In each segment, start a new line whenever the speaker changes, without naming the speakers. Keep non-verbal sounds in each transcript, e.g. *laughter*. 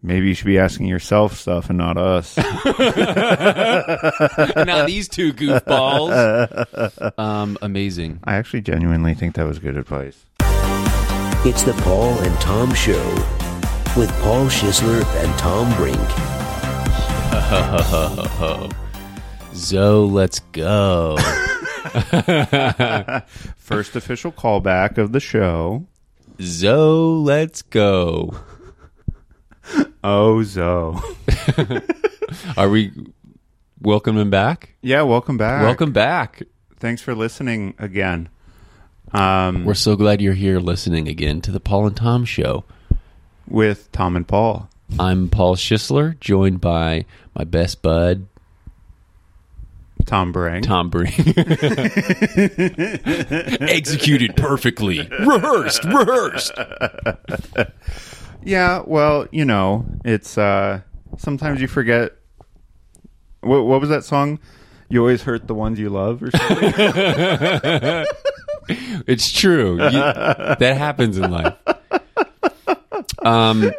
Maybe you should be asking yourself stuff and not us. *laughs*
*laughs* now these two goofballs. Um, amazing.
I actually genuinely think that was good advice.
It's the Paul and Tom Show with Paul Schisler and Tom Brink.
Zo, let's go.
First official callback of the show.
Zo, let's go.
Oh, Zo. *laughs*
Are we welcoming back?
Yeah, welcome back.
Welcome back.
Thanks for listening again. Um,
We're so glad you're here listening again to the Paul and Tom Show.
with Tom and Paul.
I'm Paul Schisler, joined by my best bud,
Tom Brink.
Tom Breen. *laughs* Executed perfectly. Rehearsed, rehearsed.
Yeah, well, you know, it's uh sometimes you forget what what was that song? You always hurt the ones you love or something.
It's true. You- that happens in life. Um,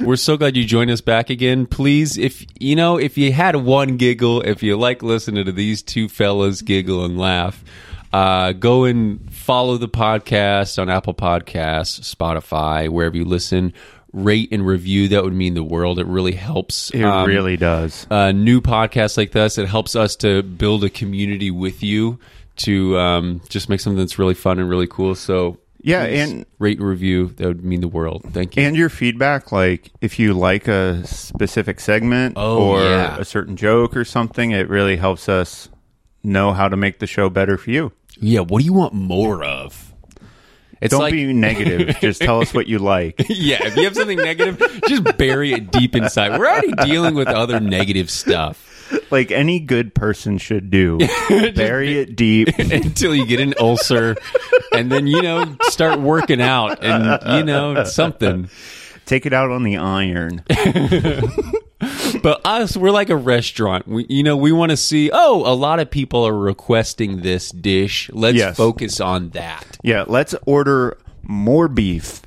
we're so glad you joined us back again. Please, if you know, if you had one giggle, if you like listening to these two fellas giggle and laugh, uh, go and follow the podcast on Apple Podcasts, Spotify, wherever you listen. Rate and review. That would mean the world. It really
*laughs*
helps.
it
um,
really does.
uh, new podcasts like this. It helps us to build a community with you to um, just make something that's really fun and really cool. So
Yeah,
please
and-
rate and review that would mean the world. Thank you.
And your feedback, like if you like a specific segment
Oh,
or
yeah.
a certain joke or something, it really helps us know how to make the show better for you.
yeah, what do you want more of? It's
Don't
like
be negative. Just tell us what you
*laughs*
like.
*laughs* yeah, if you have something negative, just bury it deep inside. We're already dealing with other negative stuff *laughs*
Like any good person should do. Bury it deep.
until you get an ulcer, and then you know start working out and you know something.
Take it out on the
*laughs*
iron.
But us, we're like a restaurant. We, you know, we want to see. Oh, a lot of people are requesting this dish. Let's
Yes.
focus
*laughs*
on that.
Yeah, let's order more beef.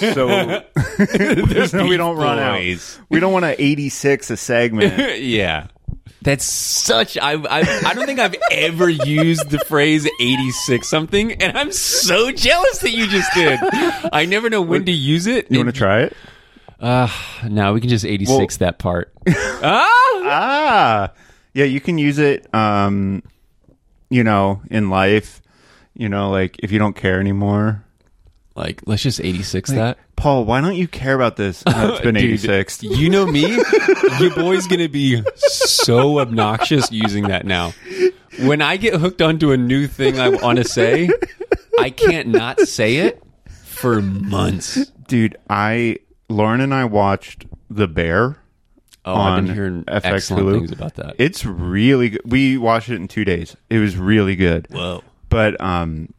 So,
*laughs*
so *laughs* we don't run
boys. *laughs*
out. We don't want to 86 a segment.
yeah, that's such. I, I I don't think I've ever used the phrase eighty six something, and I'm so jealous that you just did. I never know when to use it.
You want to try it?
No, we can just eighty six that part.
Ah, yeah, you can use it. Um, you know, in life, you know, like if you don't care anymore.
Like, let's just eighty six that.
Paul, why don't you care about this? *laughs* Oh, it's been
Dude,
86.
You know me. Your boy's gonna be so obnoxious using that now. When I get hooked onto a new thing I want to say, I can't not say it for months.
Dude, I Lauren and I watched The Bear.
Oh,
On
I've been hearing
FX
excellent
Hulu.
things about that.
It's really good. We watched it in 2 days. It was really good.
Whoa.
But um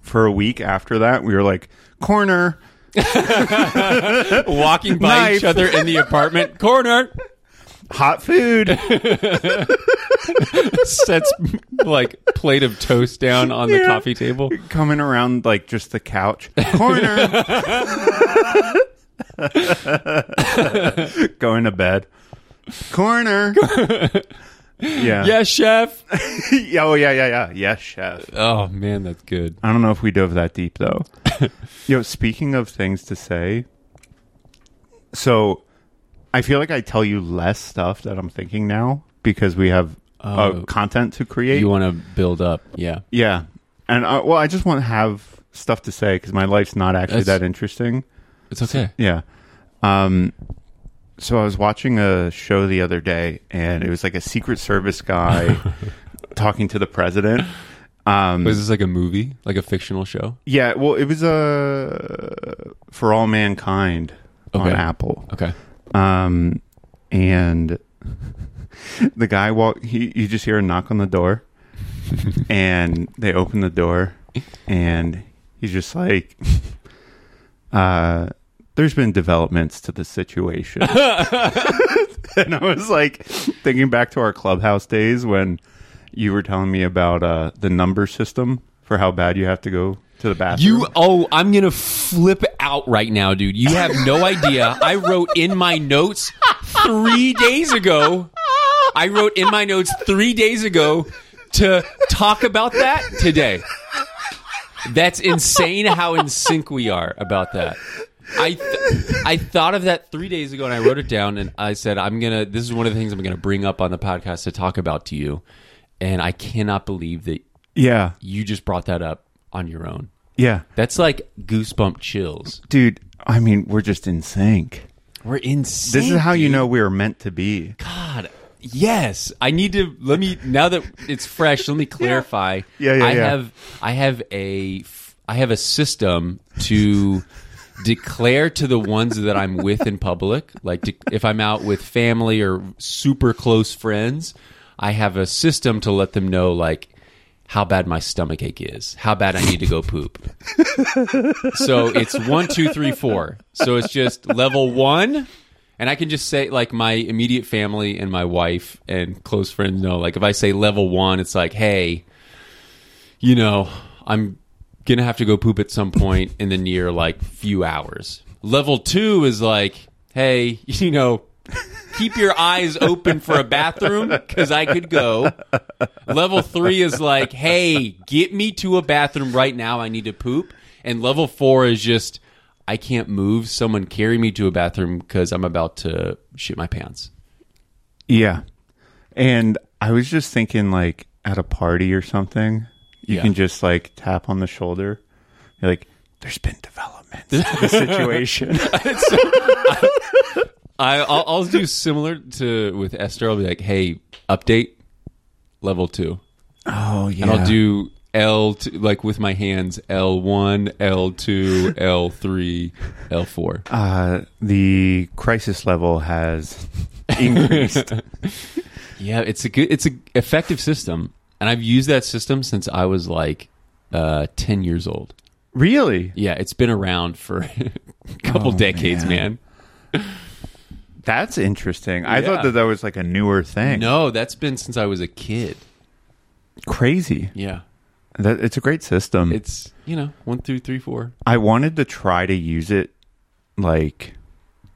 for a week after that, we were like corner
Walking by
Knife.
each other in the apartment corner
hot food.
sets like plate of toast down on the
Yeah.
coffee table.
coming around like just the couch
*laughs*
corner *laughs* going to bed
*laughs*
corner yeah.
Yes, chef.
*laughs* yeah oh yeah yeah yeah yes chef
Oh man, that's good.
i don't know if we dove that deep
*laughs*
though yo speaking of things to say so i feel like i tell you less stuff that i'm thinking now because we have uh,
Oh.
content to create
You want to build up, yeah.
Yeah, and I, well, I just want to have stuff to say because my life's not actually
That's-
that interesting.
It's okay.
Yeah. Um. So I was watching a show the other day, and it was like a Secret Service
*laughs*
guy talking to the president. Um.
Was this like a movie, like a fictional show?
yeah. Well, it was uh, for all mankind on
Okay.
Apple.
Okay.
Um, and *laughs* the guy walk. He, you just hear a knock on the door, and they open the door, and he's just like, *laughs* uh, "There's been developments to the situation." *laughs* and I was like thinking back to our clubhouse days when you were telling me about uh, the number system for how bad you have to go to the bathroom.
You oh, I'm gonna flip out right now, dude. You have no idea. I wrote in my notes three days ago. I wrote in my notes three days ago to talk about that today. That's insane how in sync we are about that. I th- I thought of that three days ago and I wrote it down and I said I'm gonna. This is one of the things I'm gonna bring up on the podcast to talk about to you, and I cannot believe that
yeah,
you just brought that up on your own.
yeah,
That's like goosebump chills.
dude. I mean, we're just in sync.
We're insane.
This is how you know we were meant to be.
God. Yes, I need to let me now that it's fresh.
*laughs*
Let me clarify.
Yeah, yeah,
I
yeah.
have I have a f- I have a system to declare to the ones that I'm with in public. Like de- if I'm out with family or super close friends, I have a system to let them know like how bad my stomach ache is, how bad I need to go poop. So it's one, two, three, four. So it's just level one. And I can just say, like, my immediate family and my wife and close friends know, like, if I say level one, it's like, hey, you know, I'm going to have to go poop at some point in the near, like, few hours. Level two is like, hey, *laughs* you know, keep your eyes open for a bathroom because I could go. Level three is like, hey, get me to a bathroom right now. I need to poop. And level four is just, I can't move. Someone carry me to a bathroom because I'm about to shit my pants.
Yeah, and I was just thinking, like at a party or something, you
Yeah.
can just like tap on the shoulder. You're like, "There's been developments to *laughs* the situation."
I, I'll, I'll do similar to with Esther. I'll be like, hey, update level two.
oh yeah,
And I'll do L, t- like with my hands, L1, L2, L3, L4.
uh, the crisis level *laughs* has increased.
Yeah, it's a good, it's a effective system, and I've used that system since I was like uh, ten years old.
really?
Yeah, it's been around for *laughs* a couple
Oh,
decades, man.
man. That's interesting. I
Yeah.
thought that that was like a newer thing.
No, that's been since I was a kid.
Crazy.
Yeah,
That it's a great system.
it's you know one through three four.
I wanted to try to use it like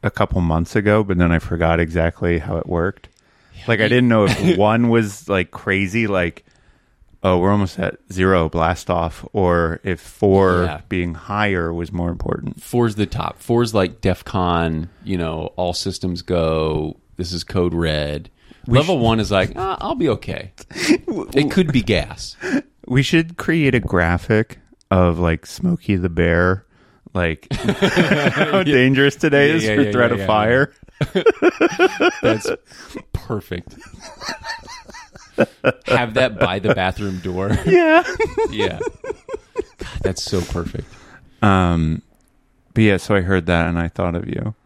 a couple months ago, but then I forgot exactly how it worked. Like I didn't know
*laughs*
if one was like crazy, like oh we're almost at zero blast off, or if four
Yeah.
being higher was more important.
Four's the top. Four's like DEF CON. You know, all systems go. This is code red. Level one is like ah, I'll
*laughs*
be okay. It could be gas.
We should create a graphic of like Smokey the Bear, like *laughs* how dangerous today
*laughs* Yeah,
is
yeah,
for
yeah,
threat
yeah,
of
yeah,
fire.
That's perfect. Have that by the bathroom door.
*laughs* Yeah.
yeah. God, that's so perfect.
Um, but yeah, so I heard that and I thought of you.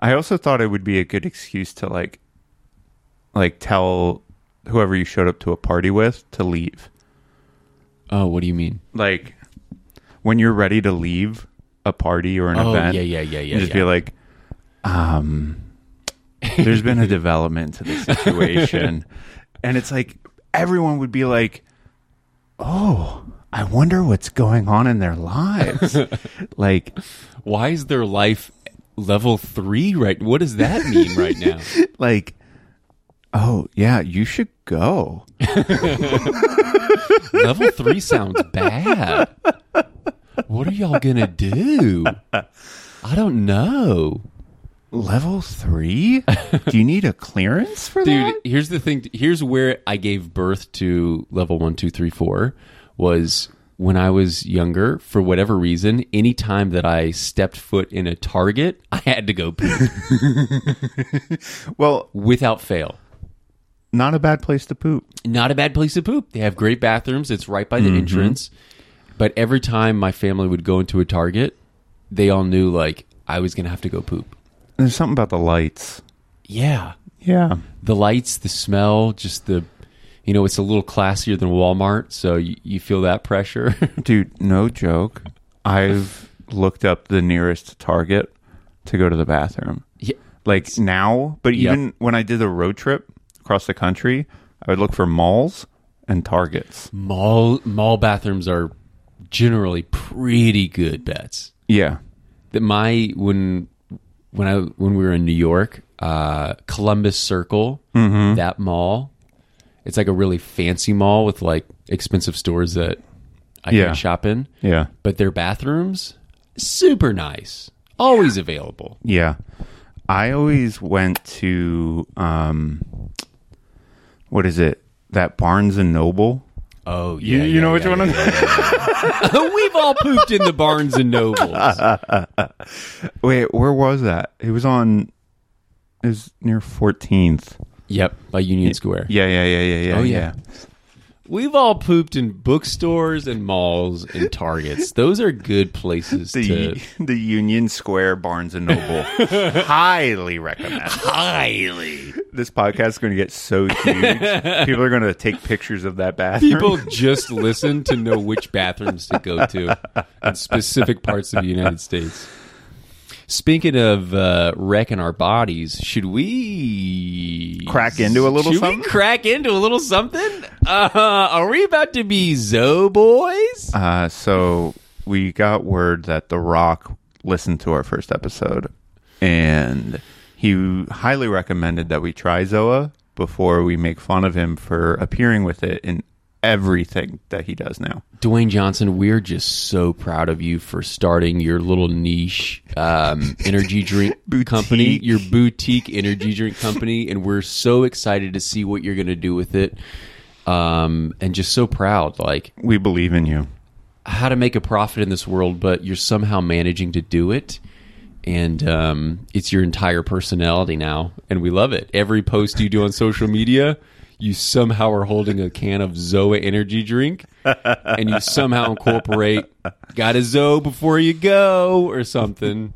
I also thought it would be a good excuse to like, like tell whoever you showed up to a party with to leave.
Oh, what do you mean?
Like when you're ready to leave a party or an
Oh,
event,
yeah, yeah, yeah,
you
yeah.
just
yeah.
be like, um, there's been a development to the
*laughs*
situation, and it's like everyone would be like, oh. I wonder what's going on in their
*laughs*
lives. like
why is their life level three right? What does that mean right now?
like oh yeah you should go
level three sounds bad. What are y'all gonna do? I don't know.
level
*laughs*
three do you need a clearance for
dude here's the thing here's where i gave birth to level one two three four was when i was younger for whatever reason any time that i stepped foot in a target i had to go *laughs* poop
that well
without fail
not a bad place to poop
not a bad place to poop they have great bathrooms it's right by the entrance but every time my family would go into a target they all knew like i was gonna have to go poop
there's something about the lights
yeah
yeah
the lights, the smell, just the, you know, it's a little classier than Walmart, so you, you feel that pressure. *laughs*
dude no joke i've looked up the nearest target to go to the bathroom
yeah.
like now but
Yep.
even when i did the road trip across the country i would look for malls and targets
Mall mall bathrooms are generally pretty good bets.
Yeah.
That my when when I when we were in New York, uh, Columbus Circle, that mall, it's like a really fancy mall with like expensive stores that I
Yeah.
can shop in.
Yeah.
But their bathrooms, super nice, always available.
Yeah. I always went to um what is it? That Barnes and Noble?
Oh yeah,
you know which one I'm
*laughs* We've all pooped in the Barnes and Nobles.
Wait, where was that? It was on it was near 14th.
yep, by Union Square.
Yeah, yeah, yeah, yeah, yeah.
Oh, yeah. We've all pooped in bookstores and malls and Targets. Those are good places
The
to
the Union Square Barnes and *laughs* Noble. Highly recommend.
highly.
This podcast is going to get so huge. *laughs* People are going to take pictures of that bathroom.
People just listen to know which bathrooms to go to in specific parts of the United States. Speaking of uh, wrecking our bodies, should we
Crack into a little
Should we
something?
crack into a little something? Uh, are we about to be Zo boys?
Uh, so we got word that The Rock listened to our first episode, and he highly recommended that we try Zoa before we make fun of him for appearing with it in everything that he does now.
Dwayne Johnson, we're just so proud of you for starting your little niche um, *laughs* energy drink company, your boutique energy drink company, and we're so excited to see what you're going to do with it. Um, and just so proud, like
We believe in you.
how to make a profit in this world, but you're somehow managing to do it. And um, it's your entire personality now, and we love it. Every post you do on social media, you somehow are holding a can of Zoa energy drink, and you somehow incorporate "Got a Zoe before you go" or something.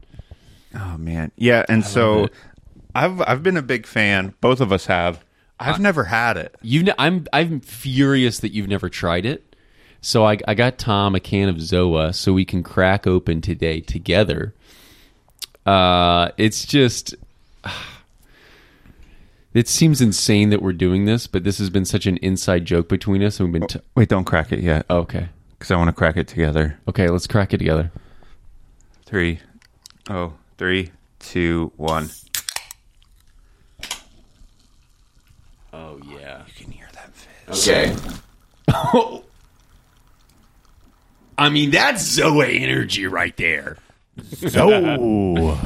Oh man, yeah. And so
it.
I've I've been a big fan. Both of us have. I've never had it.
You, ne- I'm, I'm furious that you've never tried it. So I, I got Tom a can of Zoa, so we can crack open today together. Uh, it's just, *sighs* it seems insane that we're doing this, but this has been such an inside joke between us, and we've been. T-
Wait, don't crack it yet,
okay,
because I want to crack it together.
okay, let's crack it together.
Three, oh, three, two, one.
Oh yeah.
You can hear that fizz.
Okay. I mean, that's Zoa energy right there.
*laughs* So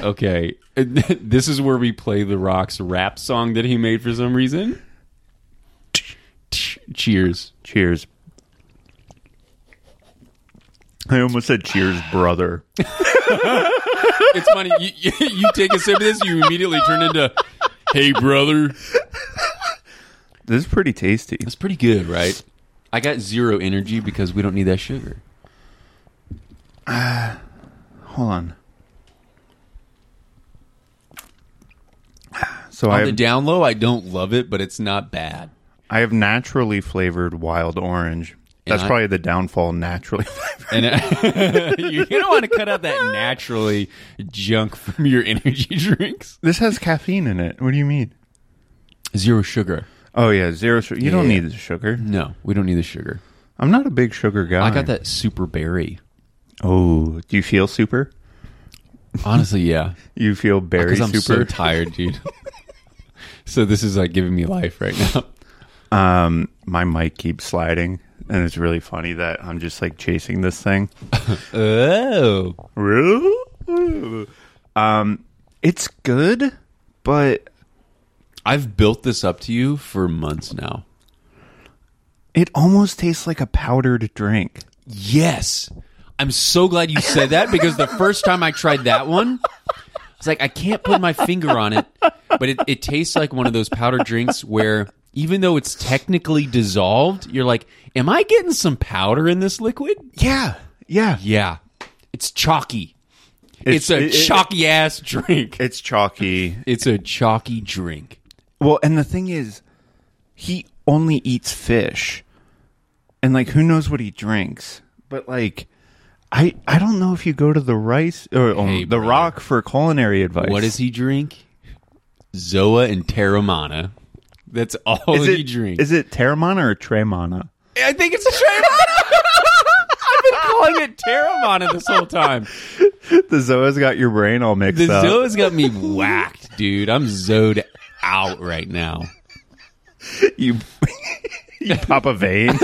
Okay. *laughs* this is where we play The Rock's rap song that he made for some *laughs* reason. Cheers.
cheers. I almost said cheers,
*laughs*
brother.
It's funny. You, you, *laughs* you take a sip of this, you immediately turn into, hey, brother.
This is pretty tasty.
That's pretty good, right? I got zero energy because we don't need that sugar.
Hold on. So I
On the
have,
down low, I don't love it, but it's not bad.
I have naturally flavored wild orange. That's
I-
probably the downfall. Naturally, *laughs*
And uh, *laughs* you don't want to cut out that naturally junk from your energy *laughs* drinks.
this has caffeine in it. What do you mean?
Zero sugar.
Oh yeah, zero. Su- you don't
Yeah.
need the sugar.
No, we don't need the sugar.
I'm not a big sugar guy.
I got that super berry.
Oh, do you feel super?
Honestly, yeah.
You feel berry
Because Uh, I'm so
super?
tired,
*laughs*
dude. so this is like giving me life right now.
um, my mic keeps sliding, and it's really funny that I'm just like chasing this thing.
Oh,
um, it's good, but
I've built this up to you for months now.
it almost tastes like a powdered drink.
Yes, I'm so glad you said that because the first time I tried that one, it's like I can't put my finger on it, but it, it tastes like one of those powder drinks where even though it's technically dissolved, you're like, am I getting some powder in this liquid?
Yeah, yeah.
Yeah, it's chalky. It's, a
it- it-
chalky ass drink.
It's chalky.
It's a chalky drink.
Well, and the thing is, he only eats fish, and like who knows what he drinks. But like, I I don't know if you go to the rice or um,
Hey,
the
brother.
rock for culinary advice.
What does he drink? Zoa and Terramana. That's all
Is
he
it,
drinks.
Is it Terramana or Tremana? *laughs*
I think it's a Trayvon. *laughs* I've been calling it Terramana this whole time.
The Zoa's got your brain all mixed
The
up.
Zoe's got me whacked, dude. I'm Zoed out right now.
you, *laughs* you pop a vein.
*laughs*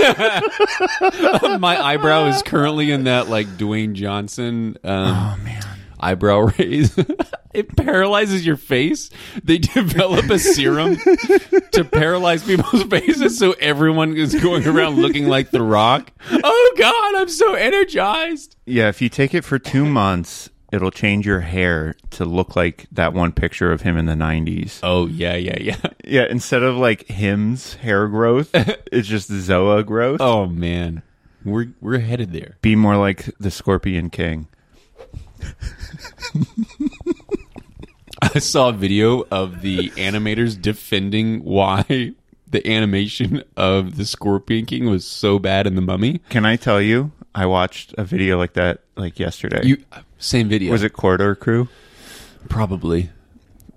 My eyebrow is currently in that like Dwayne Johnson. Um, oh man. Eyebrow raise. *laughs* it paralyzes your face. They develop a serum to paralyze people's faces so everyone is going around looking like The Rock. Oh, God, I'm so energized.
yeah, if you take it for two months, it'll change your hair to look like that one picture of him in the 90s.
Oh, yeah, yeah, yeah.
Yeah, instead of like him's hair growth,
*laughs*
it's just Zoa growth.
Oh, man. We're, we're headed there.
Be more like the Scorpion King.
I saw a video of the animators defending why the animation of the Scorpion King was so bad in the Mummy.
Can I tell you? I watched a video like that like yesterday.
You same video
Was it Corridor Crew?
probably?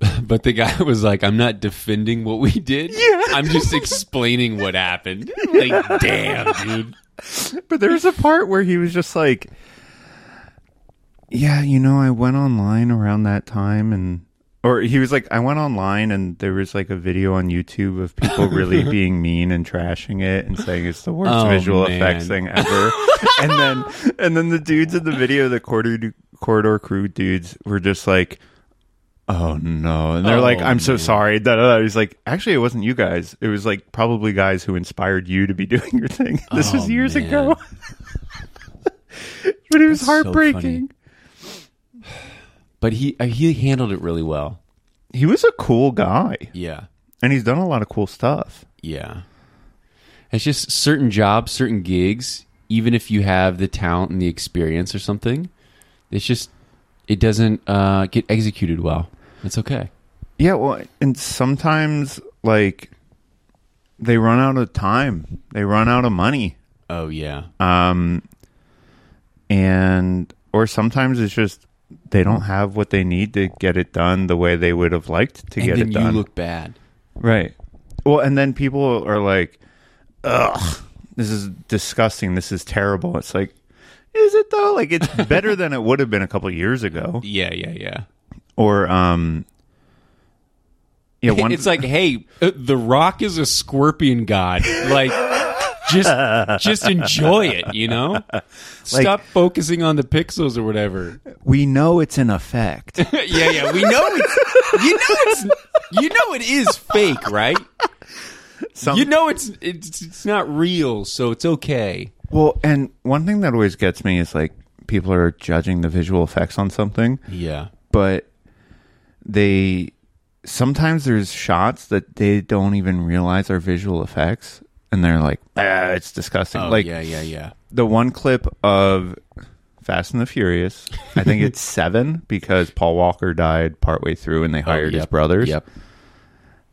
*laughs* But the guy *laughs* was like, "I'm not defending what we did. I'm just explaining what happened." *laughs* Like, damn, dude.
*laughs* But there was a part where he was just like, "Yeah, you know, I went online around that time and." Or he was like, I went online and there was like a video on YouTube of people really
*laughs*
being mean and trashing it and saying it's the worst
Oh,
visual
man.
effects thing
*laughs*
ever. and then, and then the dudes in the video, the corridor corridor crew dudes, were just like, "Oh no!" And they're
Oh,
like, "I'm so
man.
sorry." Da, da, da. He's like, "Actually, it wasn't you guys. It was like probably guys who inspired you to be *laughs* doing your thing. This
Oh,
was years
man.
ago." *laughs* but it was
so
heartbreaking.
But he uh, he handled it really well.
he was a cool guy,
Yeah,
and he's done a lot of cool stuff.
yeah. It's just certain jobs, certain gigs. Even if you have the talent and the experience or something, it's just it doesn't uh, get executed well. It's okay.
Yeah, well, and sometimes like they run out of time, they run out of money,
Oh yeah.
um, and or sometimes it's just they don't have what they need to get it done the way they would have liked to
and
get
then
it done.
you look bad.
Right. Well, and then people are like, "Ugh, this is disgusting. This is terrible." It's like, is it though? Like,
*laughs*
it's better than it would have been a couple years ago.
Yeah, yeah, yeah.
Or, um,
*laughs*
yeah, one.
it's like, hey, uh, The Rock is a scorpion god. Like, just just enjoy it, you know. Stop focusing on the pixels or whatever.
we know it's an effect.
*laughs* yeah, yeah. We know it's you know it's you know it is fake, right?
Some-
you know it's it's it's not real, so it's okay.
well, and one thing that always gets me is like people are judging the visual effects on something.
Yeah.
but they sometimes there's shots that they don't even realize are visual effects and they're like ah, it's disgusting
Oh,
like
yeah, yeah, yeah.
the one clip of fast and the furious i think
*laughs*
it's seven because paul walker died partway through and they hired his
Oh, Yep,
brothers
Yep.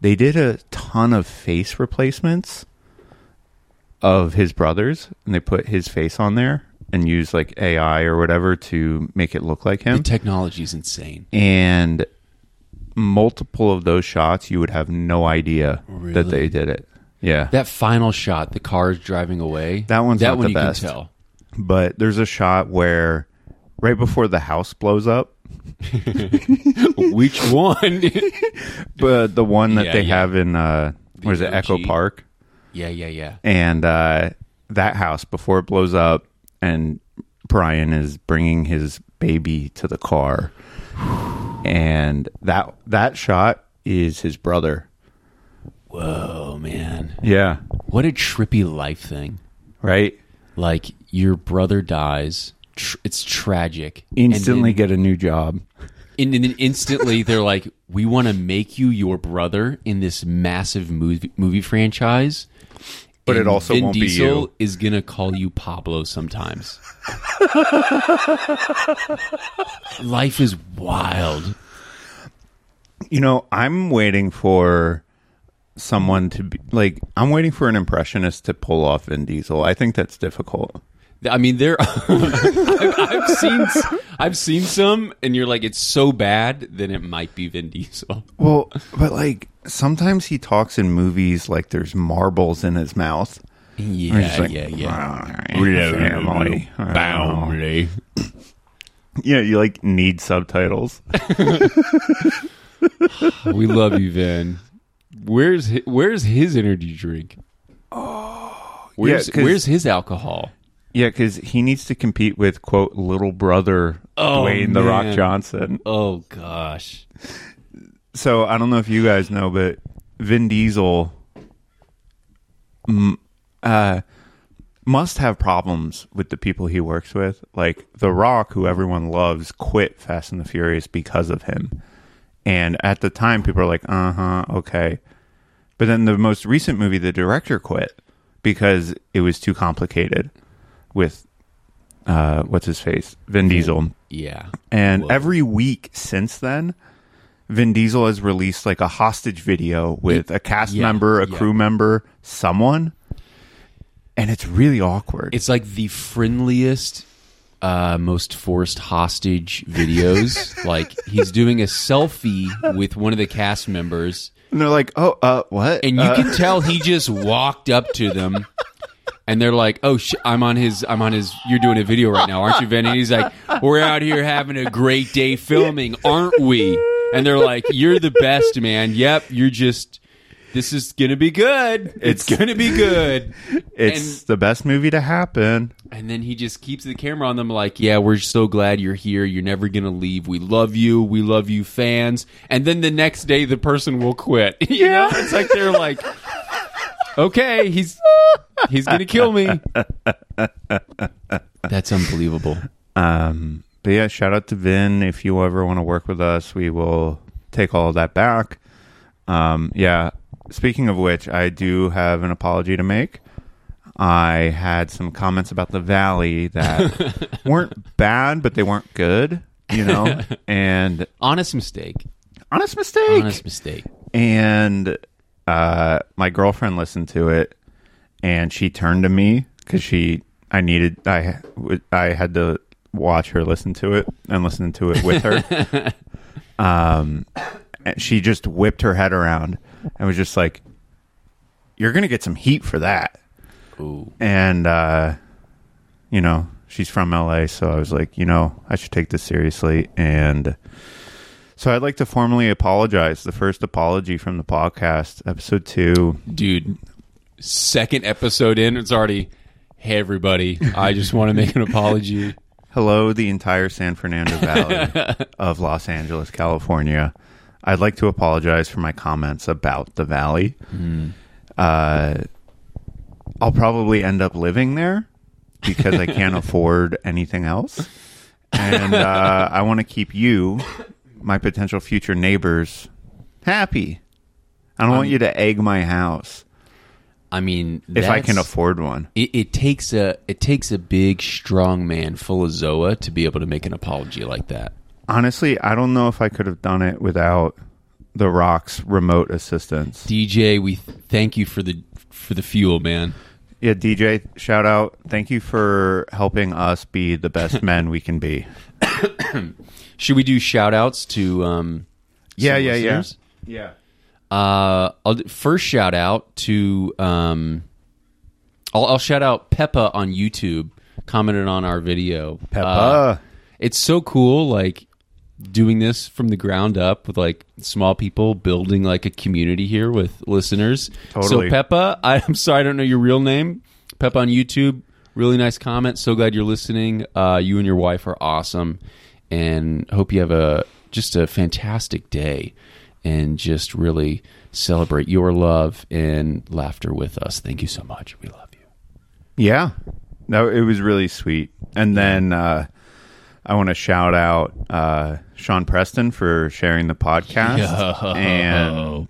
they did a ton of face replacements of his brothers and they put his face on there and used like ai or whatever to make it look like him
The technology is insane.
and multiple of those shots you would have no idea that they did it yeah
That final shot, the car's driving away.
That one's
that
not
one
the
you
best.
can tell.
but there's a shot where right before the house blows up
*laughs* Which one?
*laughs* but the one that
Yeah,
they
yeah.
have in uh where is it echo
OG.
park
yeah, yeah, yeah.
and uh that house before it blows up and brian is bringing his baby to the car and that that shot is his brother
Oh man,
yeah
what a trippy life thing!
right
Like your brother dies, tr- it's tragic.
instantly
and
get a new job
then, and, and then instantly they're like, "We want to make you your brother in this massive movie movie franchise."
But it
and
also
Vin
won't be
Diesel
you.
Is gonna call you Pablo sometimes. life is wild.
You know, I'm waiting for someone to be like, I'm waiting for an impressionist to pull off Vin Diesel. I think that's difficult.
I mean, there. *laughs* I've, I've seen I've seen some, and you're like, it's so bad, then it might be Vin Diesel.
Well, but like sometimes he talks in movies like there's marbles in his mouth. I was just
Yeah,
like,
yeah, yeah.
*laughs* Family.
*laughs* Family.
Yeah, you like need subtitles.
we love you, Van. Where's his, where's his energy drink? Oh, where's
yeah, 'cause-
where's his alcohol?
*laughs* Yeah, because he needs to compete with quote little brother
Oh,
Dwayne the Rock
man.
Johnson.
Oh gosh,
So I don't know if you guys know, but Vin Diesel mm, uh, must have problems with the people he works with. Like The Rock, who everyone loves, quit Fast and the Furious because of him. And at the time, people are like, "Uh huh, okay." But then the most recent movie, the director quit because it was too complicated with uh, what's his face, Vin Diesel.
yeah.
And
Whoa.
every week since then, Vin Diesel has released like a hostage video with a cast
yeah,
member, a
yeah.
crew member, someone. And it's really awkward.
It's like the friendliest, uh, most forced hostage
*laughs*
videos. like he's doing a selfie with one of the cast members,
and they're like, oh, uh, what?
and you
Uh,
can tell he just walked up to them. And they're like, "Oh, sh- I'm on his. I'm on his. You're doing a video right now, aren't you, Vin?" And he's like, "We're out here having a great day filming, aren't we?" And they're like, "You're the best, man. Yep, you're just. This is gonna be good. It's,
It's-
gonna be good."
it's the best movie to happen.
And then he just keeps the camera on them, like, yeah, we're so glad you're here. You're never going to leave. We love you. We love you, fans. And then the next day, the person will quit. *laughs* you know? It's like they're like, okay, he's he's going to kill me. That's unbelievable.
Um, but yeah, shout out to Vin. If you ever want to work with us, we will take all of that back. Um, yeah. Speaking of which, I do have an apology to make. I had some comments about the valley that weren't bad, but they weren't good, you know, and
Honest mistake.
honest mistake.
Honest mistake.
And uh, my girlfriend listened to it and she turned to me because she, I needed, I, w- I had to watch her listen to it and listen to it with her. um, and she just whipped her head around and was just like, You're going to get some heat for that
Ooh.
and uh, you know she's from LA, so I was like, you know, I should take this seriously, and so I'd like to formally apologize. The first apology from the podcast, episode two.
Dude, second episode in, it's already, hey, everybody, I just want to make an apology.
Hello, the entire San Fernando Valley of Los Angeles, California. I'd like to apologize for my comments about the valley. Uh, I'll probably end up living there because I can't afford anything else. And uh, I want to keep you, my potential future neighbors, happy. I don't want you to egg my house
I mean,
if I can
that's-
afford one.
It, it takes a it takes a big strong man full of Zoa to be able to make an apology like that.
Honestly, I don't know if I could have done it without The Rock's remote assistance.
DJ, we th- thank you for the for the fuel, man.
Yeah, DJ, shout out. Thank you for helping us be the best men we can be.
Should we do shout outs to um
Yeah,
some
yeah, yeah.
listeners?
Yeah.
Uh I'll do, first shout out to um I'll, I'll shout out Peppa on YouTube commented on our video.
Peppa.
Uh, it's so cool like doing this from the ground up with like small people building like a community here with listeners
Totally.
so peppa *laughs* I, i'm sorry i don't know your real name peppa on youtube really nice comment so glad you're listening uh, you and your wife are awesome and hope you have a just a fantastic day and just really celebrate your love and laughter with us thank you so much we love you
yeah. No, it was really sweet. And then uh, I want to shout out uh, Sean Preston for sharing the podcast and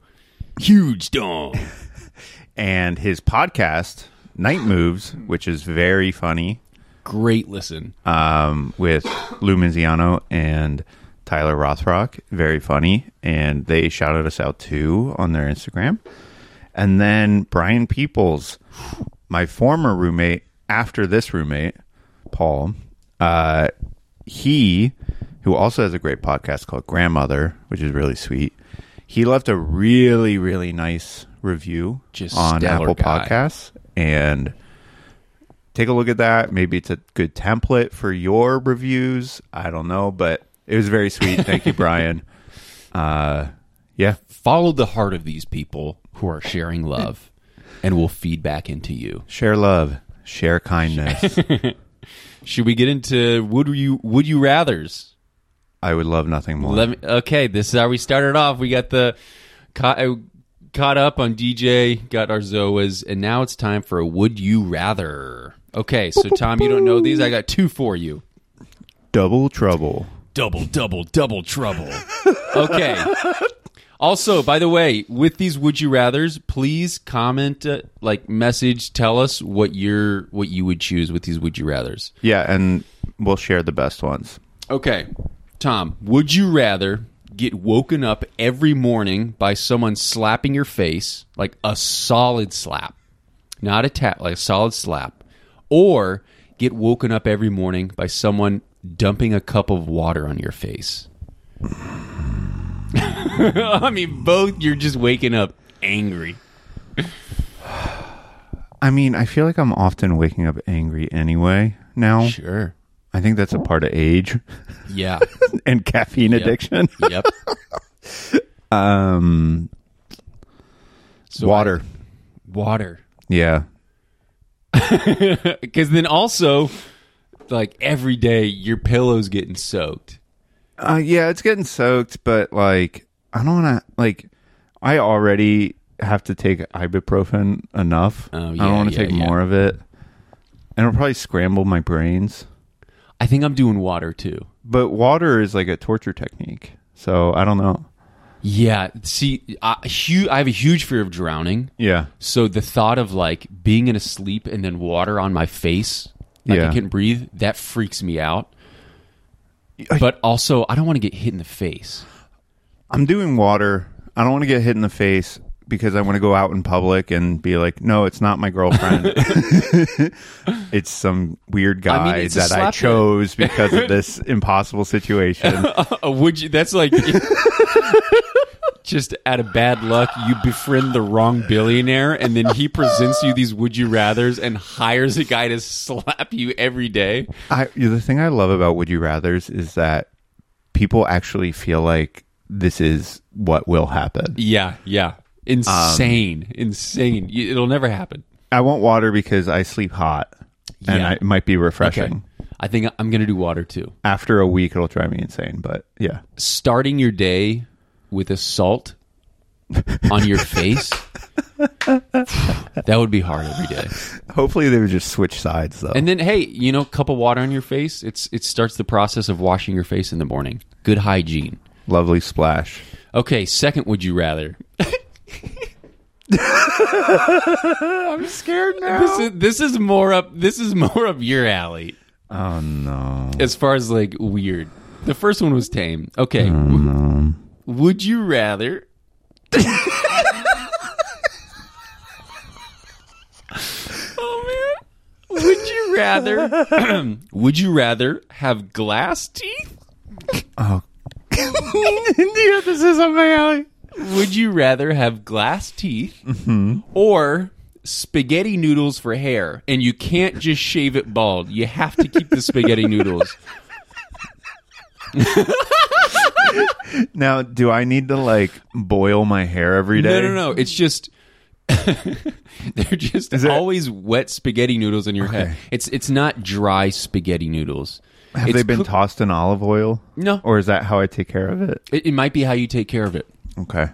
huge dong
and his podcast Night Moves, which is very funny.
great listen
um, with Lou Manziano and Tyler Rothrock. Very funny. And they shouted us out too on their Instagram. And then Brian Peoples, my former roommate, after this roommate, Paul, uh, he, who also has a great podcast called Grandmother, which is really sweet, he left a really, really nice review
Just
on
stellar
Apple
guy.
Podcasts. and take a look at that. Maybe it's a good template for your reviews. I don't know, but it was very sweet. Thank
*laughs*
you, Brian. Uh, yeah,
Follow the heart of these people who are sharing love, and we'll feed back into you.
share love, share kindness.
Should we get into would you would you rather's?
I would love nothing more.
Let me, okay, this is how we started off. We got the caught, uh, caught up on DJ, got our Zoas, and now it's time for a would you rather. Okay, so Tom, you don't know these. I got two for you.
Double trouble.
double, double, double trouble. *laughs* okay. Also, by the way, with these would you rather's, please comment, uh, like message, tell us what your what you would choose with these would you rather's.
Yeah, and we'll share the best ones.
Okay, Tom, would you rather get woken up every morning by someone slapping your face, like a solid slap, not a tap, like a solid slap, or get woken up every morning by someone dumping a cup of water on your face? *laughs* I mean, both you're just waking up angry.
I mean, I feel like I'm often waking up angry anyway now.
Sure.
I think that's a part of age *laughs*
Yeah.
and caffeine
*laughs*
addiction.
Yep.
Um,
So
water.
I- water.
yeah.
*laughs* Because then also, like every day, your pillow's getting soaked.
Uh, yeah, it's getting soaked, but like, I don't want to, like, I already have to take ibuprofen enough.
Oh,
I
yeah,
don't want to
yeah,
take
yeah.
more of it. And it'll probably scramble my brains.
I think I'm doing water too.
But water is like a torture technique. So I don't know.
Yeah. See, I, hu- I have a huge fear of drowning.
Yeah.
So the thought of like being in a sleep and then water on my face, like
Yeah.
I couldn't breathe, that freaks me out. But also, I don't want to get hit in the face.
I'm doing water. I don't want to get hit in the face because I want to go out in public and be like, no, it's not my
*laughs*
girlfriend. it's some weird guy
I mean, it's a
that I
slap *laughs*
chose because of this impossible situation.
Uh, would you? That's like *laughs* just out of bad luck, you befriend the wrong billionaire, and then he presents you these would you rather's and hires a guy to slap you every day.
I, the thing I love about Would You Rathers is that people actually feel like this is what will happen.
Yeah, yeah, insane, insane. You- It'll never happen.
I want water because I sleep hot and
Yeah.
I, it might be refreshing.
I think I'm gonna do water too.
After a week, it'll drive me insane. But yeah.
Starting your day with a salt on your face. that would be hard every day.
Hopefully, they would just switch sides, though.
And then, hey, you know, cup of water on your face. It's it starts the process of washing your face in the morning. Good hygiene.
Lovely splash.
Okay, second, would you rather?
Scared now.
This is this is more up. This is *laughs* more up your alley
Oh no.
as far as like weird. The first one was tame. Okay,
Oh,
W- would you rather? oh man, would you rather? *clears throat* would you rather have glass teeth?
Oh.
*laughs*
*laughs* yeah, this is up my alley.
Would you rather have glass teeth or spaghetti noodles for hair? And you can't just shave it bald. You have to keep
*laughs*
the spaghetti noodles.
Now, do I need to like boil my hair every
No,
day?
no, no. It's just *laughs* they're just
that-
always wet spaghetti noodles in your head. It's it's not dry spaghetti noodles.
Have
It's
they been
cook-
tossed in olive oil?
No.
Or is that how I take care of it?
it, it might be how you take care of it,
Okay.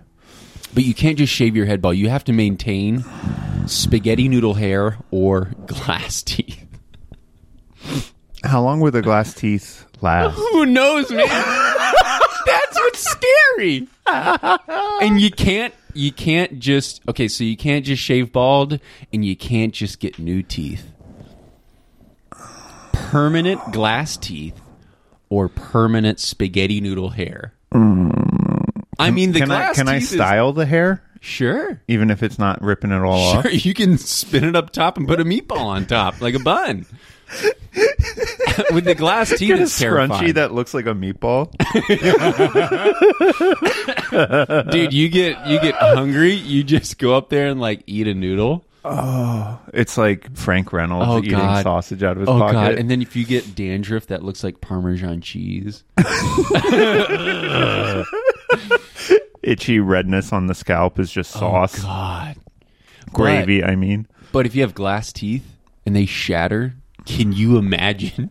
but you can't just shave your head bald. You have to maintain spaghetti noodle hair or glass *laughs* teeth.
How long will the glass teeth
*laughs*
last?
Who knows, man? That's what's scary. and you can't you can't just okay, so you can't just shave bald and you can't just get new teeth. Permanent glass teeth or permanent spaghetti noodle hair. I mean the
can I
glass
can I
teeth is-
style the hair
sure.
even if it's not ripping it all off?
*laughs* Sure, you can spin it up top and put a meatball on top like a bun. With the glass teeth,
Get a
it's terrifying.
scrunchie that looks like a
*laughs*
meatball.
Dude, you get you get hungry, you just go up there and like eat a noodle.
It's like Frank Reynolds
Oh,
eating
God.
sausage out of his
Oh
pocket.
god! And then if you get dandruff that looks like Parmesan cheese,
Itchy redness on the scalp is just sauce.
Oh, God,
Gravy, I mean.
But, but if you have glass teeth and they shatter, can you imagine?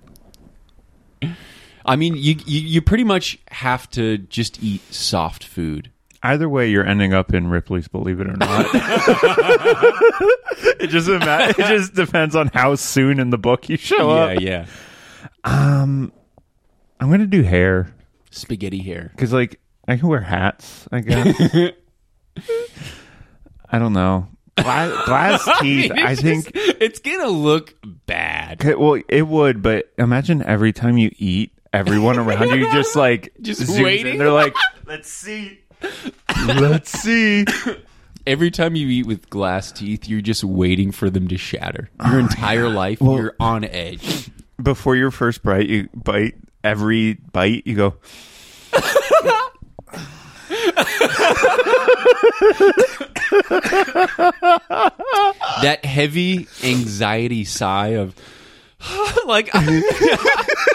I mean, you, you you pretty much have to just eat soft food.
Either way, you're ending up in Ripley's, believe it or
*laughs*
not. it, just ima- it just depends on how soon in the book you show up.
yeah.
I'm going to do hair
Spaghetti hair.
because, like, I can wear hats, I
*laughs*
guess. I don't know. Glass,
*laughs*
glass teeth, I
It's
think.
just- it's gonna look bad.
Okay, well, *laughs* it would, but imagine every time you eat, everyone around you just
*laughs*
like
Just
zooms in.
waiting.
They're
*laughs*
like, "Let's see, let's see."
Every time you eat with glass teeth, you're just waiting for them to shatter. Your entire life, you're on edge.
Before your first bite, you bite every bite. You go,
That heavy anxiety sigh of, *sighs* like, I,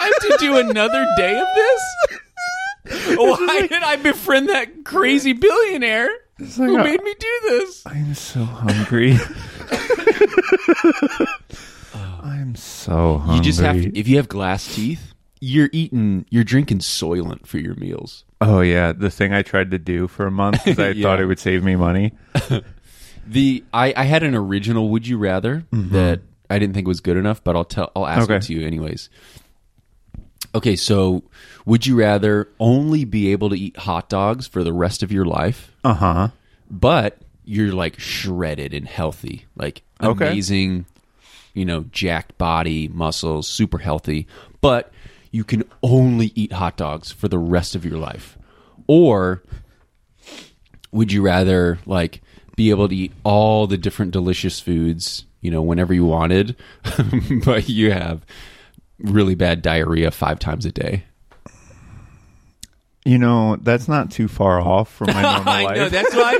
*laughs* I have to do another day of this. Why did I befriend that crazy billionaire
like
who
a-
made me do this?
"I'm so
*laughs*
hungry." I'm so hungry.
You just have to, if you have glass teeth, you're eating, you're drinking Soylent for your meals.
oh yeah, the thing I tried to do for a month
*laughs*
because I
Yeah.
thought it would save me money.
The I, I had an original Would You Rather that I didn't think was good enough, but I'll tell I'll ask it
Okay.
to you anyways. Okay, so would you rather only be able to eat hot dogs for the rest of your life,
Uh huh.
but you're like shredded and healthy, like
Okay.
amazing, you know, jacked body, muscles, super healthy, but you can only eat hot dogs for the rest of your life. Or would you rather like be able to eat all the different delicious foods, you know, whenever you wanted, *laughs* but you have really bad diarrhea five times a day?
You know that's not too far off from my normal
*laughs* I
life.
know
*laughs*
that's why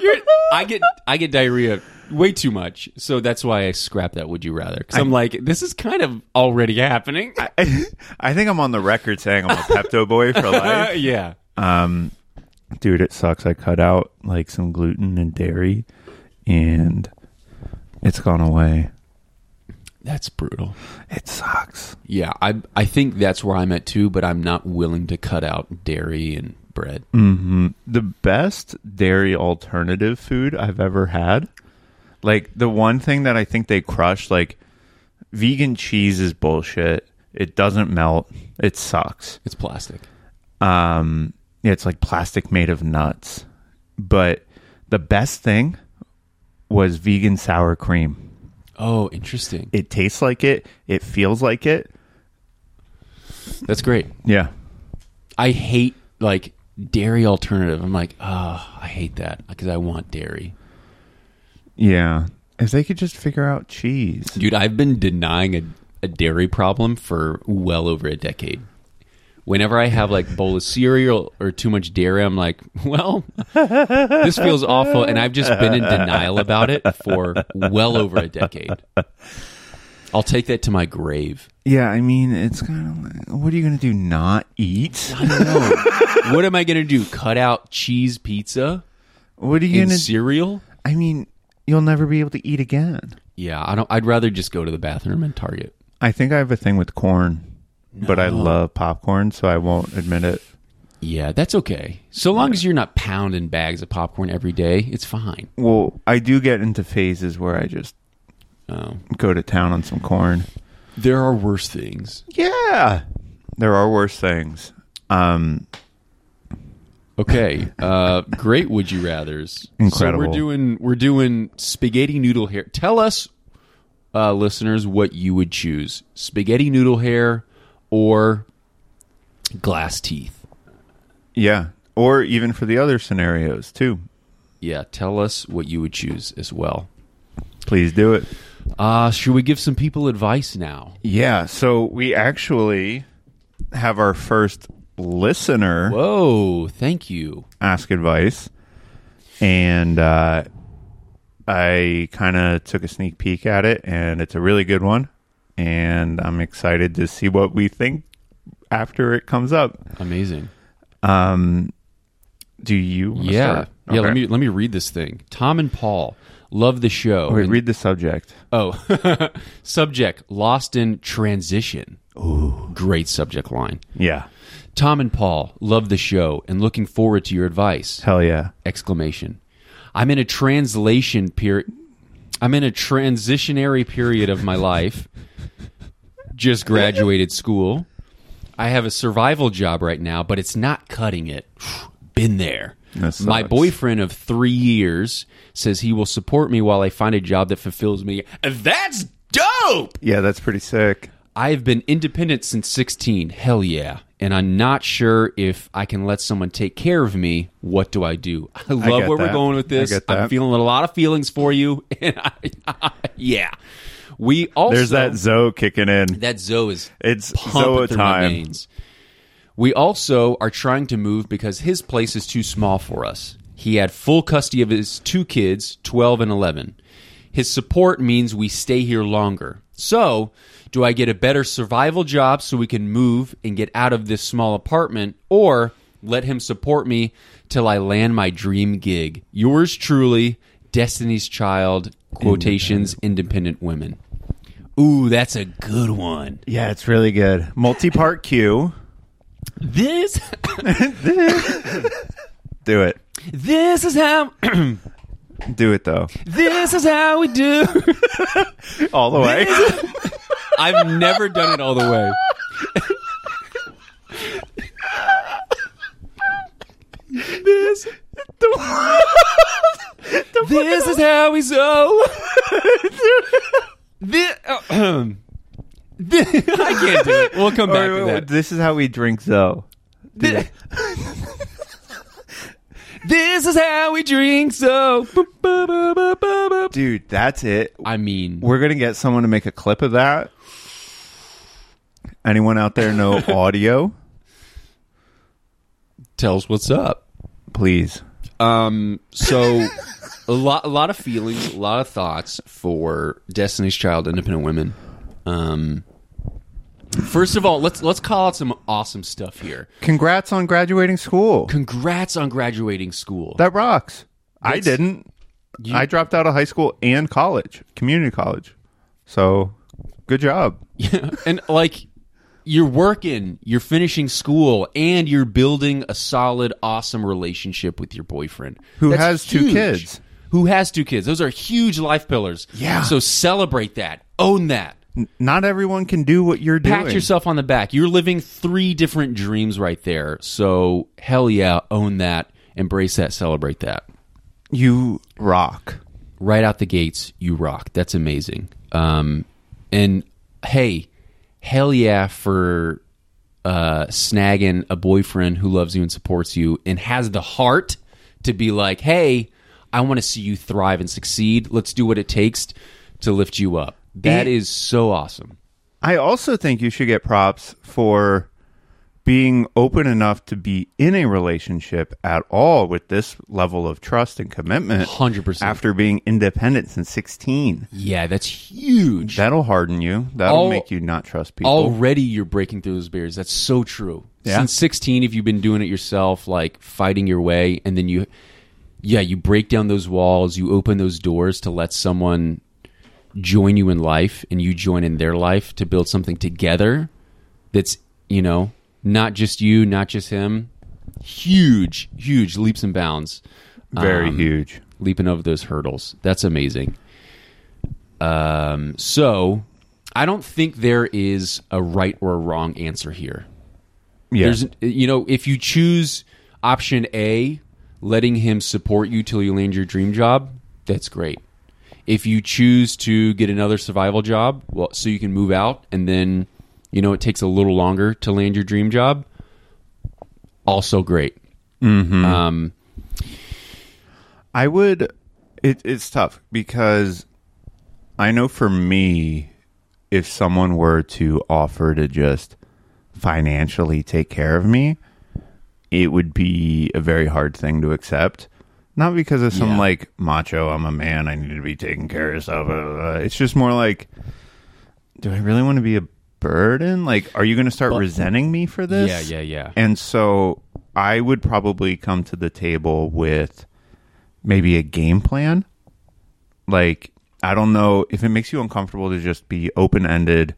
you're, I get I get diarrhea way too much, so that's why I scrap that. Would you rather? Because I'm like, this is kind of already happening.
I think I'm on the record saying I'm a Pepto boy
*laughs*
for life.
Uh, yeah,
Dude, it sucks. I cut out like some gluten and dairy and it's gone away.
that's brutal.
It sucks.
Yeah, I I think that's where I'm at too, but I'm not willing to cut out dairy and bread.
Mm. The best dairy alternative food I've ever had. Like the one thing that I think they crush, like vegan cheese is bullshit. It doesn't melt. It sucks.
It's plastic.
um yeah, it's like plastic made of nuts but the best thing was vegan sour cream
Oh, interesting.
it tastes like it it feels like it
That's great.
yeah
I hate like dairy alternative. I'm like, oh, I hate that because I want dairy.
yeah if they could just figure out cheese
Dude, I've been denying a, a dairy problem for well over a decade. Whenever I have like bowl of cereal or too much dairy, I'm like, well, this feels awful, and I've just been in denial about it for well over a decade. I'll take that to my grave.
yeah i mean it's kind of like, what are you gonna do not eat *laughs*
What am I going to do? Cut out cheese pizza
what are you
and
gonna
cereal?
i mean you'll never be able to eat again
Yeah, I don't. I'd rather just go to the bathroom and Target.
i think i have a thing with corn but i love popcorn so i won't admit it
Yeah, that's okay. So long as you're not pounding bags of popcorn every day, it's fine.
well i do get into phases where i just
Oh.
go to town on some corn
There are worse things.
Yeah. There are worse things. Um
Okay. Uh, great. Would you rather's?
Incredible.
So we're doing we're doing spaghetti noodle hair. Tell us, uh, listeners, what you would choose: spaghetti noodle hair or glass teeth.
yeah. Or even for the other scenarios too.
Yeah. Tell us what you would choose as well.
Please do it.
Uh, should we give some people advice now?
Yeah, so we actually have our first listener
Whoa! Thank you.
ask advice. And uh I kind of took a sneak peek at it, and it's a really good one. And I'm excited to see what we think after it comes up.
Amazing.
Um, do you? wanna
Yeah.
start?
Yeah,
Okay.
let me let me read this thing. Tom and Paul love the show.
Wait,
And-
read the subject.
oh. *laughs* subject Lost in Transition. Ooh. Great subject line.
Yeah,
Tom and Paul love the show and looking forward to your advice.
hell yeah.
Exclamation. I'm in a translation period I'm in a transitionary period of my life. Just graduated school. I have a survival job right now, but it's not cutting it. *sighs* Been there.
That
My
sucks.
boyfriend of 3 years says he will support me while I find a job that fulfills me. That's dope.
Yeah, that's pretty sick.
I have been independent since 16. Hell yeah. And I'm not sure if I can let someone take care of me. What do I do? *laughs* I love
get
where we're
that.
going with
I
this.
get
I'm
that.
feeling a lot of feelings for you. *laughs* And I, *laughs* yeah. We also.
There's that Zoe kicking in.
That Zoe is.
It's
pumping
Zoe
through my
time.
veins. We also are trying to move because his place is too small for us. He had full custody of his two kids, 12 and 11. His support means we stay here longer. So, do I get a better survival job so we can move and get out of this small apartment, or let him support me till I land my dream gig? Yours truly, Destiny's Child, quotations, independent women. Ooh, that's a good one.
Yeah, it's really good. Multi-part *laughs* Q.
This *coughs*
Do it.
this is how *coughs*
Do it though.
this is how we do.
All the way.
*laughs* I've never done it all the way. this *laughs* this is how we so. *laughs* this, uh, *coughs* I can't do it. We'll come back
Wait,
to
wait,
that.
wait. This is how we drink Zoe.
Thi- this is how we drink so
Dude, that's it.
i mean
We're gonna get someone to make a clip of that. Anyone out there *laughs* know audio?
tell us what's up
Please.
um so a lot a lot of feelings a lot of thoughts for destiny's child independent women um first of all let's let's call out some awesome stuff here
Congrats on graduating school.
congrats on graduating school
That rocks. I
That's-
didn't. I dropped out of high school and college, community college. So, good job.
Yeah, *laughs* and like you're working, you're finishing school, and you're building a solid, awesome relationship with your boyfriend
Who
That's
has two
huge.
kids.
Who has two kids? Those are huge life pillars.
Yeah.
So celebrate that. Own that.
N- Not everyone can do what you're
Pat
doing.
yourself on the back. You're living three different dreams right there. So hell yeah, own that, embrace that, celebrate that.
You rock.
Right out the gates, you rock. That's amazing. Um, and hey, hell yeah for uh, snagging a boyfriend who loves you and supports you and has the heart to be like, hey, I want to see you thrive and succeed. Let's do what it takes to lift you up. That
It-
is so awesome.
I also think you should get props for being open enough to be in a relationship at all with this level of trust and commitment
100%.
after being independent since 16.
Yeah, that's huge.
That'll harden you. That'll
All-
make you not trust people.
already you're breaking through those barriers that's so true
Yeah.
since 16 if you've been doing it yourself like fighting your way and then you yeah you break down those walls you open those doors to let someone join you in life and you join in their life to build something together that's you know not just you not just him huge huge leaps and bounds
Very
Um,
huge.
leaping over those hurdles. That's amazing. Um, so I don't think there is a right or a wrong answer here.
Yeah.
There's, you know, if you choose option A, letting him support you till you land your dream job, that's great. If you choose to get another survival job, well, so you can move out and then, you know, it takes a little longer to land your dream job, also great. Um,
I would. It, it's tough because I know for me, if someone were to offer to just financially take care of me, it would be a very hard thing to accept. Not because of some
Yeah.
like macho, I'm a man, I need to be taken care of. Stuff. blah, blah, blah. It's just more like, do I really want to be a burden? Like, are you going to start resenting me for this?
Yeah, yeah, yeah.
And so I would probably come to the table with maybe a game plan. Like, I don't know if it makes you uncomfortable to just be open ended,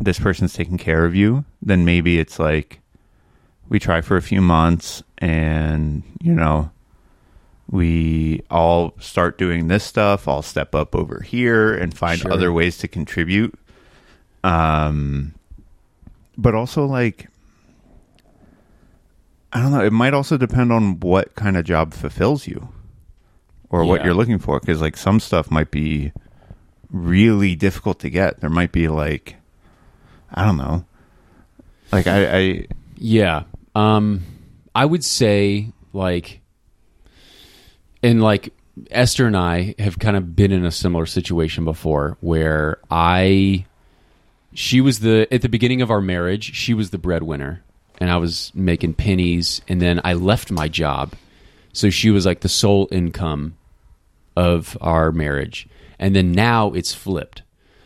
this person's taking care of you, then maybe it's like we try for a few months and, you know, we all start doing this stuff. I'll step up over here and find
Sure.
other ways to contribute. Um, but also like I don't know. It might also depend on what kind of job fulfills you or what
Yeah.
you're looking for. Cause like some stuff might be really difficult to get. There might be like, I don't know. Like I, I
Yeah. Um I would say like and like Esther and I have kind of been in a similar situation before where I she was the at the beginning of our marriage, she was the breadwinner and I was making pennies and then I left my job. So she was like the sole income of our marriage. And then now it's flipped.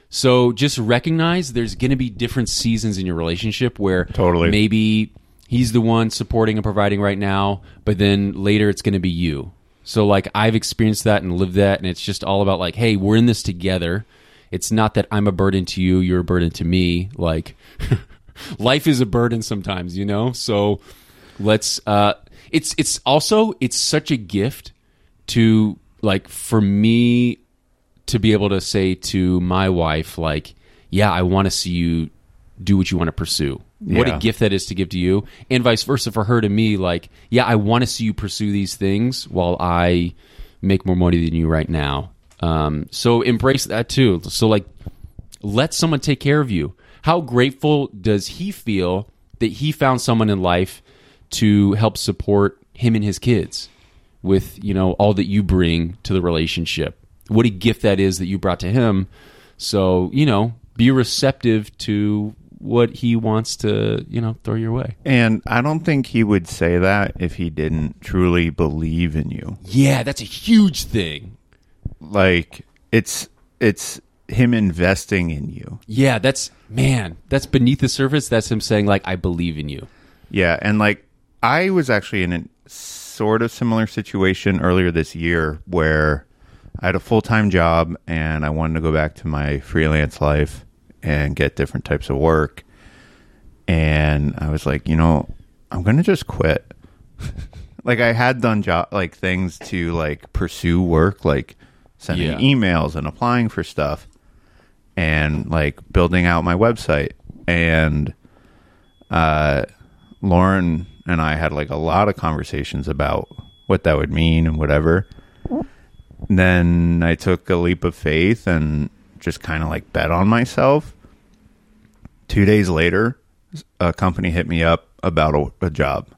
So just recognize there's going to be different seasons in your relationship where
Totally.
maybe he's the one supporting and providing right now, but then later it's going to be you. So like I've experienced that and lived that and it's just all about like hey, we're in this together. It's not that I'm a burden to you, you're a burden to me. Like *laughs* life is a burden sometimes, you know? So let's uh it's it's also it's such a gift to like for me to be able to say to my wife like yeah i want to see you do what you want to pursue what a
Yeah.
gift that is to give to you and vice versa for her to me like yeah i want to see you pursue these things while i make more money than you right now um, so embrace that too so like let someone take care of you. How grateful does he feel that he found someone in life to help support him and his kids with, you know, all that you bring to the relationship? What a gift that is that you brought to him. So, you know, be receptive to what he wants to, you know, throw your way.
and I don't think he would say that if he didn't truly believe in you.
Yeah, that's a huge thing.
Like it's it's him investing in you.
Yeah, that's man, that's beneath the surface. That's him saying like I believe in you.
Yeah, and like I was actually in a sort of similar situation earlier this year where I had a full time job and I wanted to go back to my freelance life and get different types of work. And I was like, you know, I'm gonna just quit. *laughs* like I had done job like things to like pursue work, like sending
Yeah.
emails and applying for stuff and like building out my website and uh, Lauren and I had like a lot of conversations about what that would mean and whatever. And then I took a leap of faith and just kind of like bet on myself. Two days later, a company hit me up about a, a job.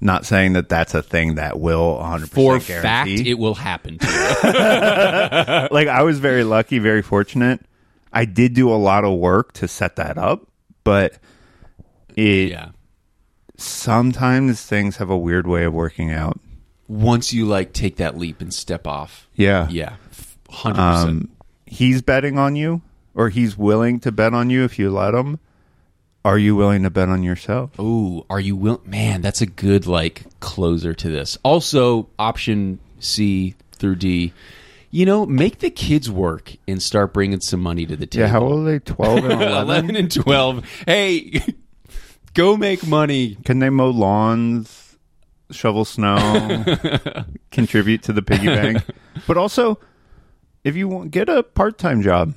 Not saying that that's a thing that will 100%
For
guarantee Uh,
fact, it will happen to you. *laughs*
like I was very lucky, very fortunate. I did do a lot of work to set that up, but it
yeah.
sometimes things have a weird way of working out.
once you like take that leap and step off.
Yeah. Um,
Yeah. 100%.
He's betting on you or he's willing to bet on you if you let him. Are you willing to bet on yourself?
Ooh, are you will man, that's a good like closer to this. Also, option C through D. You know, make the kids work and start bringing some money to the table.
Yeah, how old are they? 12 and 11?
11 and 12. Hey, *laughs* go make money.
Can they mow lawns, shovel snow, contribute to the piggy bank? But also, if you want, get a part-time job.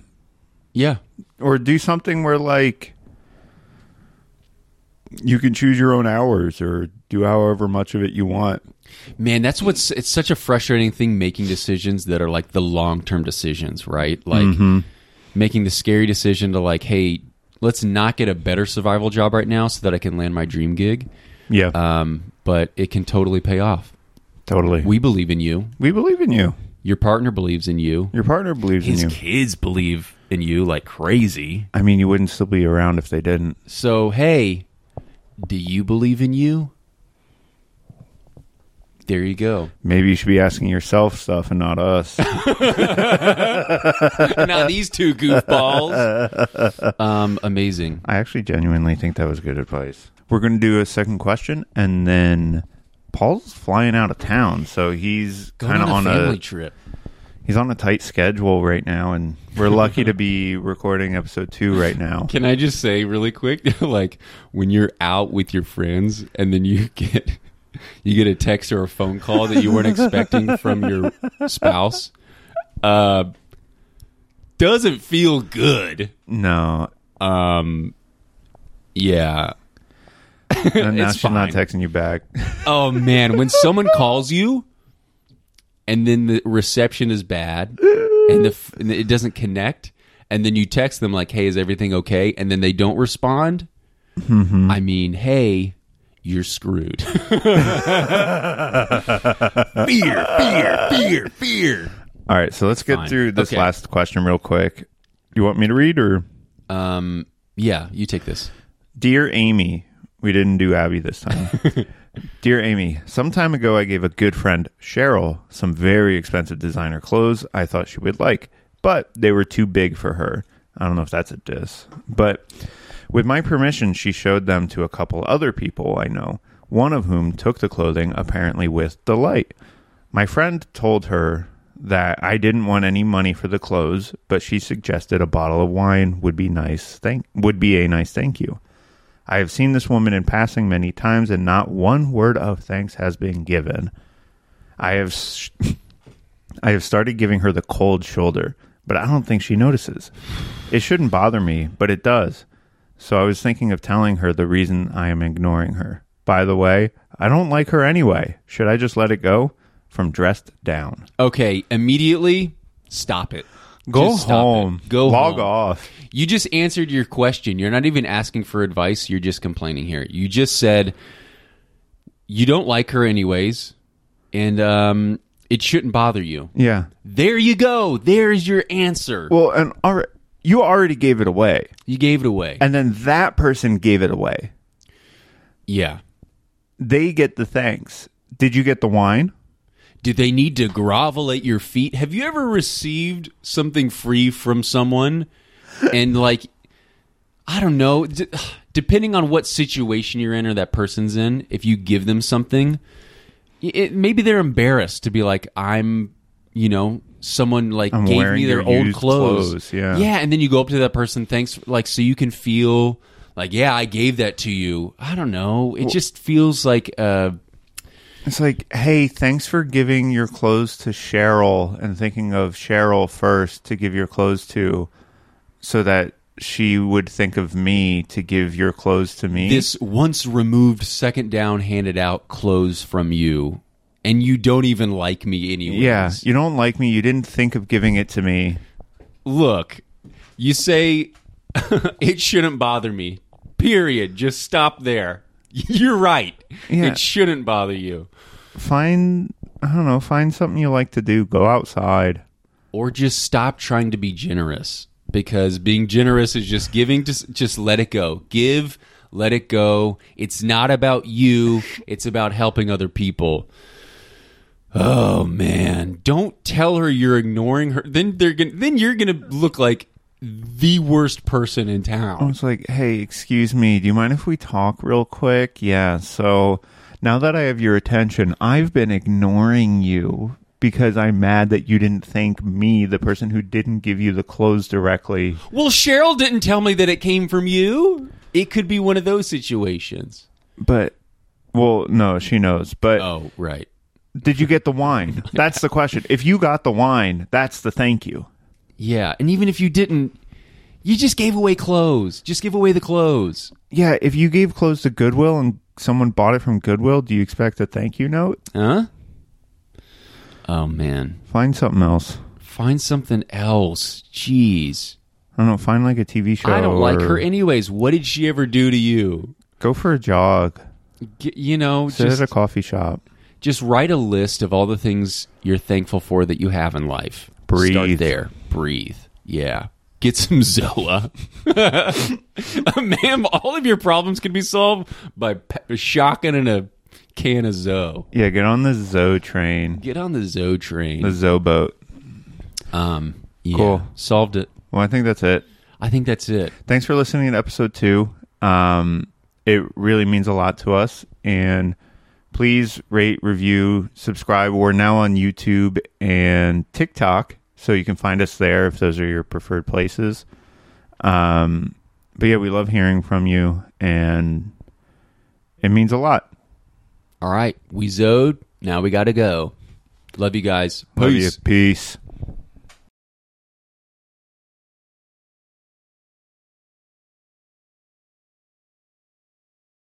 Yeah.
or do something where like you can choose your own hours or do however much of it you want.
Man, that's what's it's such a frustrating thing making decisions that are like the long term decisions, right? Like making the scary decision to like, hey, let's not get a better survival job right now so that I can land my dream gig.
Yeah,
Um, but it can totally pay off.
totally. We,
We believe in you.
we believe in you.
Your partner believes in you.
Your partner believes in you.
kids believe in you like crazy.
I mean, you wouldn't still be around if they didn't.
So hey, do you believe in you? There you go.
Maybe you should be asking yourself stuff and not
*laughs*
us.
now these two goofballs. *laughs* Um, amazing.
I actually genuinely think that was good advice. We're going to do a second question, and then Paul's flying out of town, so he's
Going
kind of on
a
a
family trip.
he's on a tight schedule right now, and we're lucky to
*laughs*
be recording episode two right now.
Can I just say really quick, *laughs* like when you're out with your friends and then you *laughs* get you get a text or a phone call that *laughs* you weren't expecting from your spouse, uh, doesn't feel good.
No,
Um, yeah.
and now
*laughs* It's
she's not
fine.
texting you back.
Oh man, when someone calls you and then the reception is bad and the f- and it doesn't connect and then you text them like, "Hey, is everything okay?" and then they don't respond.
Mm-hmm.
I mean, "Hey, you're screwed." *laughs* fear, fear, fear, fear.
All right, so let's get
Fine.
through this
Okay.
last question real quick. You want me to read or?
Um, yeah, you take this.
Dear Amy, we didn't do Abby this time. Dear Amy, some time ago I gave a good friend, Cheryl, some very expensive designer clothes I thought she would like, but they were too big for her. I don't know if that's a diss, but with my permission, she showed them to a couple other people I know, one of whom took the clothing apparently with delight. My friend told her that I didn't want any money for the clothes, but she suggested a bottle of wine would be nice. Thank would be a nice thank you. I have seen this woman in passing many times, and not one word of thanks has been given. I have, s I have started giving her the cold shoulder, but I don't think she notices. It shouldn't bother me, but it does. So I was thinking of telling her the reason I am ignoring her. By the way, I don't like her anyway. Should I just let it go? From dressed down.
Okay, immediately stop it.
Go
Just stop it.
home.
Go
log
home.
off.
You just answered your question. You're not even asking for advice. You're just complaining here. You just said you don't like her anyways, and um, it shouldn't bother you.
Yeah.
There you go. There's your answer.
Well, and alre you already gave it away,
you gave it away.
and then that person gave it away.
yeah.
they get the thanks. Did you get the wine?
Do they need to grovel at your feet? Have you ever received something free from someone and like I don't know, d- depending on what situation you're in or that person's in, if you give them something, it, maybe they're embarrassed to be like I'm, you know, someone like
I'm
gave
wearing
me their
your
old
used
clothes.
clothes, yeah.
Yeah, and then you go up to that person thanks like so you can feel like yeah, I gave that to you. I don't know. It just feels like uh
It's like, hey, thanks for giving your clothes to Cheryl and thinking of Cheryl first to give your clothes to so that she would think of me to give your clothes to me.
this once removed second down handed out clothes from you and you don't even like me anyways.
yeah, you don't like me. You didn't think of giving it to me.
Look, you say *laughs* it shouldn't bother me. Period. Just stop there. *laughs* You're right.
Yeah.
It shouldn't bother you.
Find, I don't know, find something you like to do. Go outside.
Or just stop trying to be generous because being generous is just giving just just let it go. Give, let it go. It's not about you, it's about helping other people. Oh man, don't tell her you're ignoring her. Then they're going to then you're going to look like the worst person in
I
town.
was like, hey, excuse me, do you mind if we talk real quick? Yeah, so now that I have your attention, I've been ignoring you because I'm mad that you didn't thank me, the person who didn't give you the clothes directly.
Well, Cheryl didn't tell me that it came from you. It could be one of those situations.
But, well, no, she knows. But
Oh, right.
did you get the *laughs* wine? That's the question. If you got the wine, that's the thank you.
Yeah, and even if you didn't, you just gave away clothes. Just give away the clothes.
Yeah, if you gave clothes to Goodwill and someone bought it from Goodwill, do you expect a thank you note?
Huh? Oh man,
Find something else.
find something else. Jeez,
I don't know, find like a TV show.
I don't like
or
her anyways. What did she ever do to you?
Go for a jog.
G- you know,
Sit
just
at a coffee shop.
just write a list of all the things you're thankful for that you have in life.
Breathe.
Start there. Breathe. Yeah. Get some *laughs* Zoa. Ma'am, all of your problems can be solved by pe- shocking and a can of Zoe.
Yeah, get on the Zoe train,
Get on the Zoe train.
the Zoe boat.
Um, yeah,
Cool.
Solved it.
Well, I think that's it.
I think that's it.
Thanks for listening to episode two. Um, it really means a lot to us. And please rate, review, subscribe. We're now on YouTube and TikTok, so you can find us there if those are your preferred places. Um, but yeah, we love hearing from you, and it means a lot.
All right, we zode. Now we got to go. Love you guys.
Love you.
Peace.
Peace.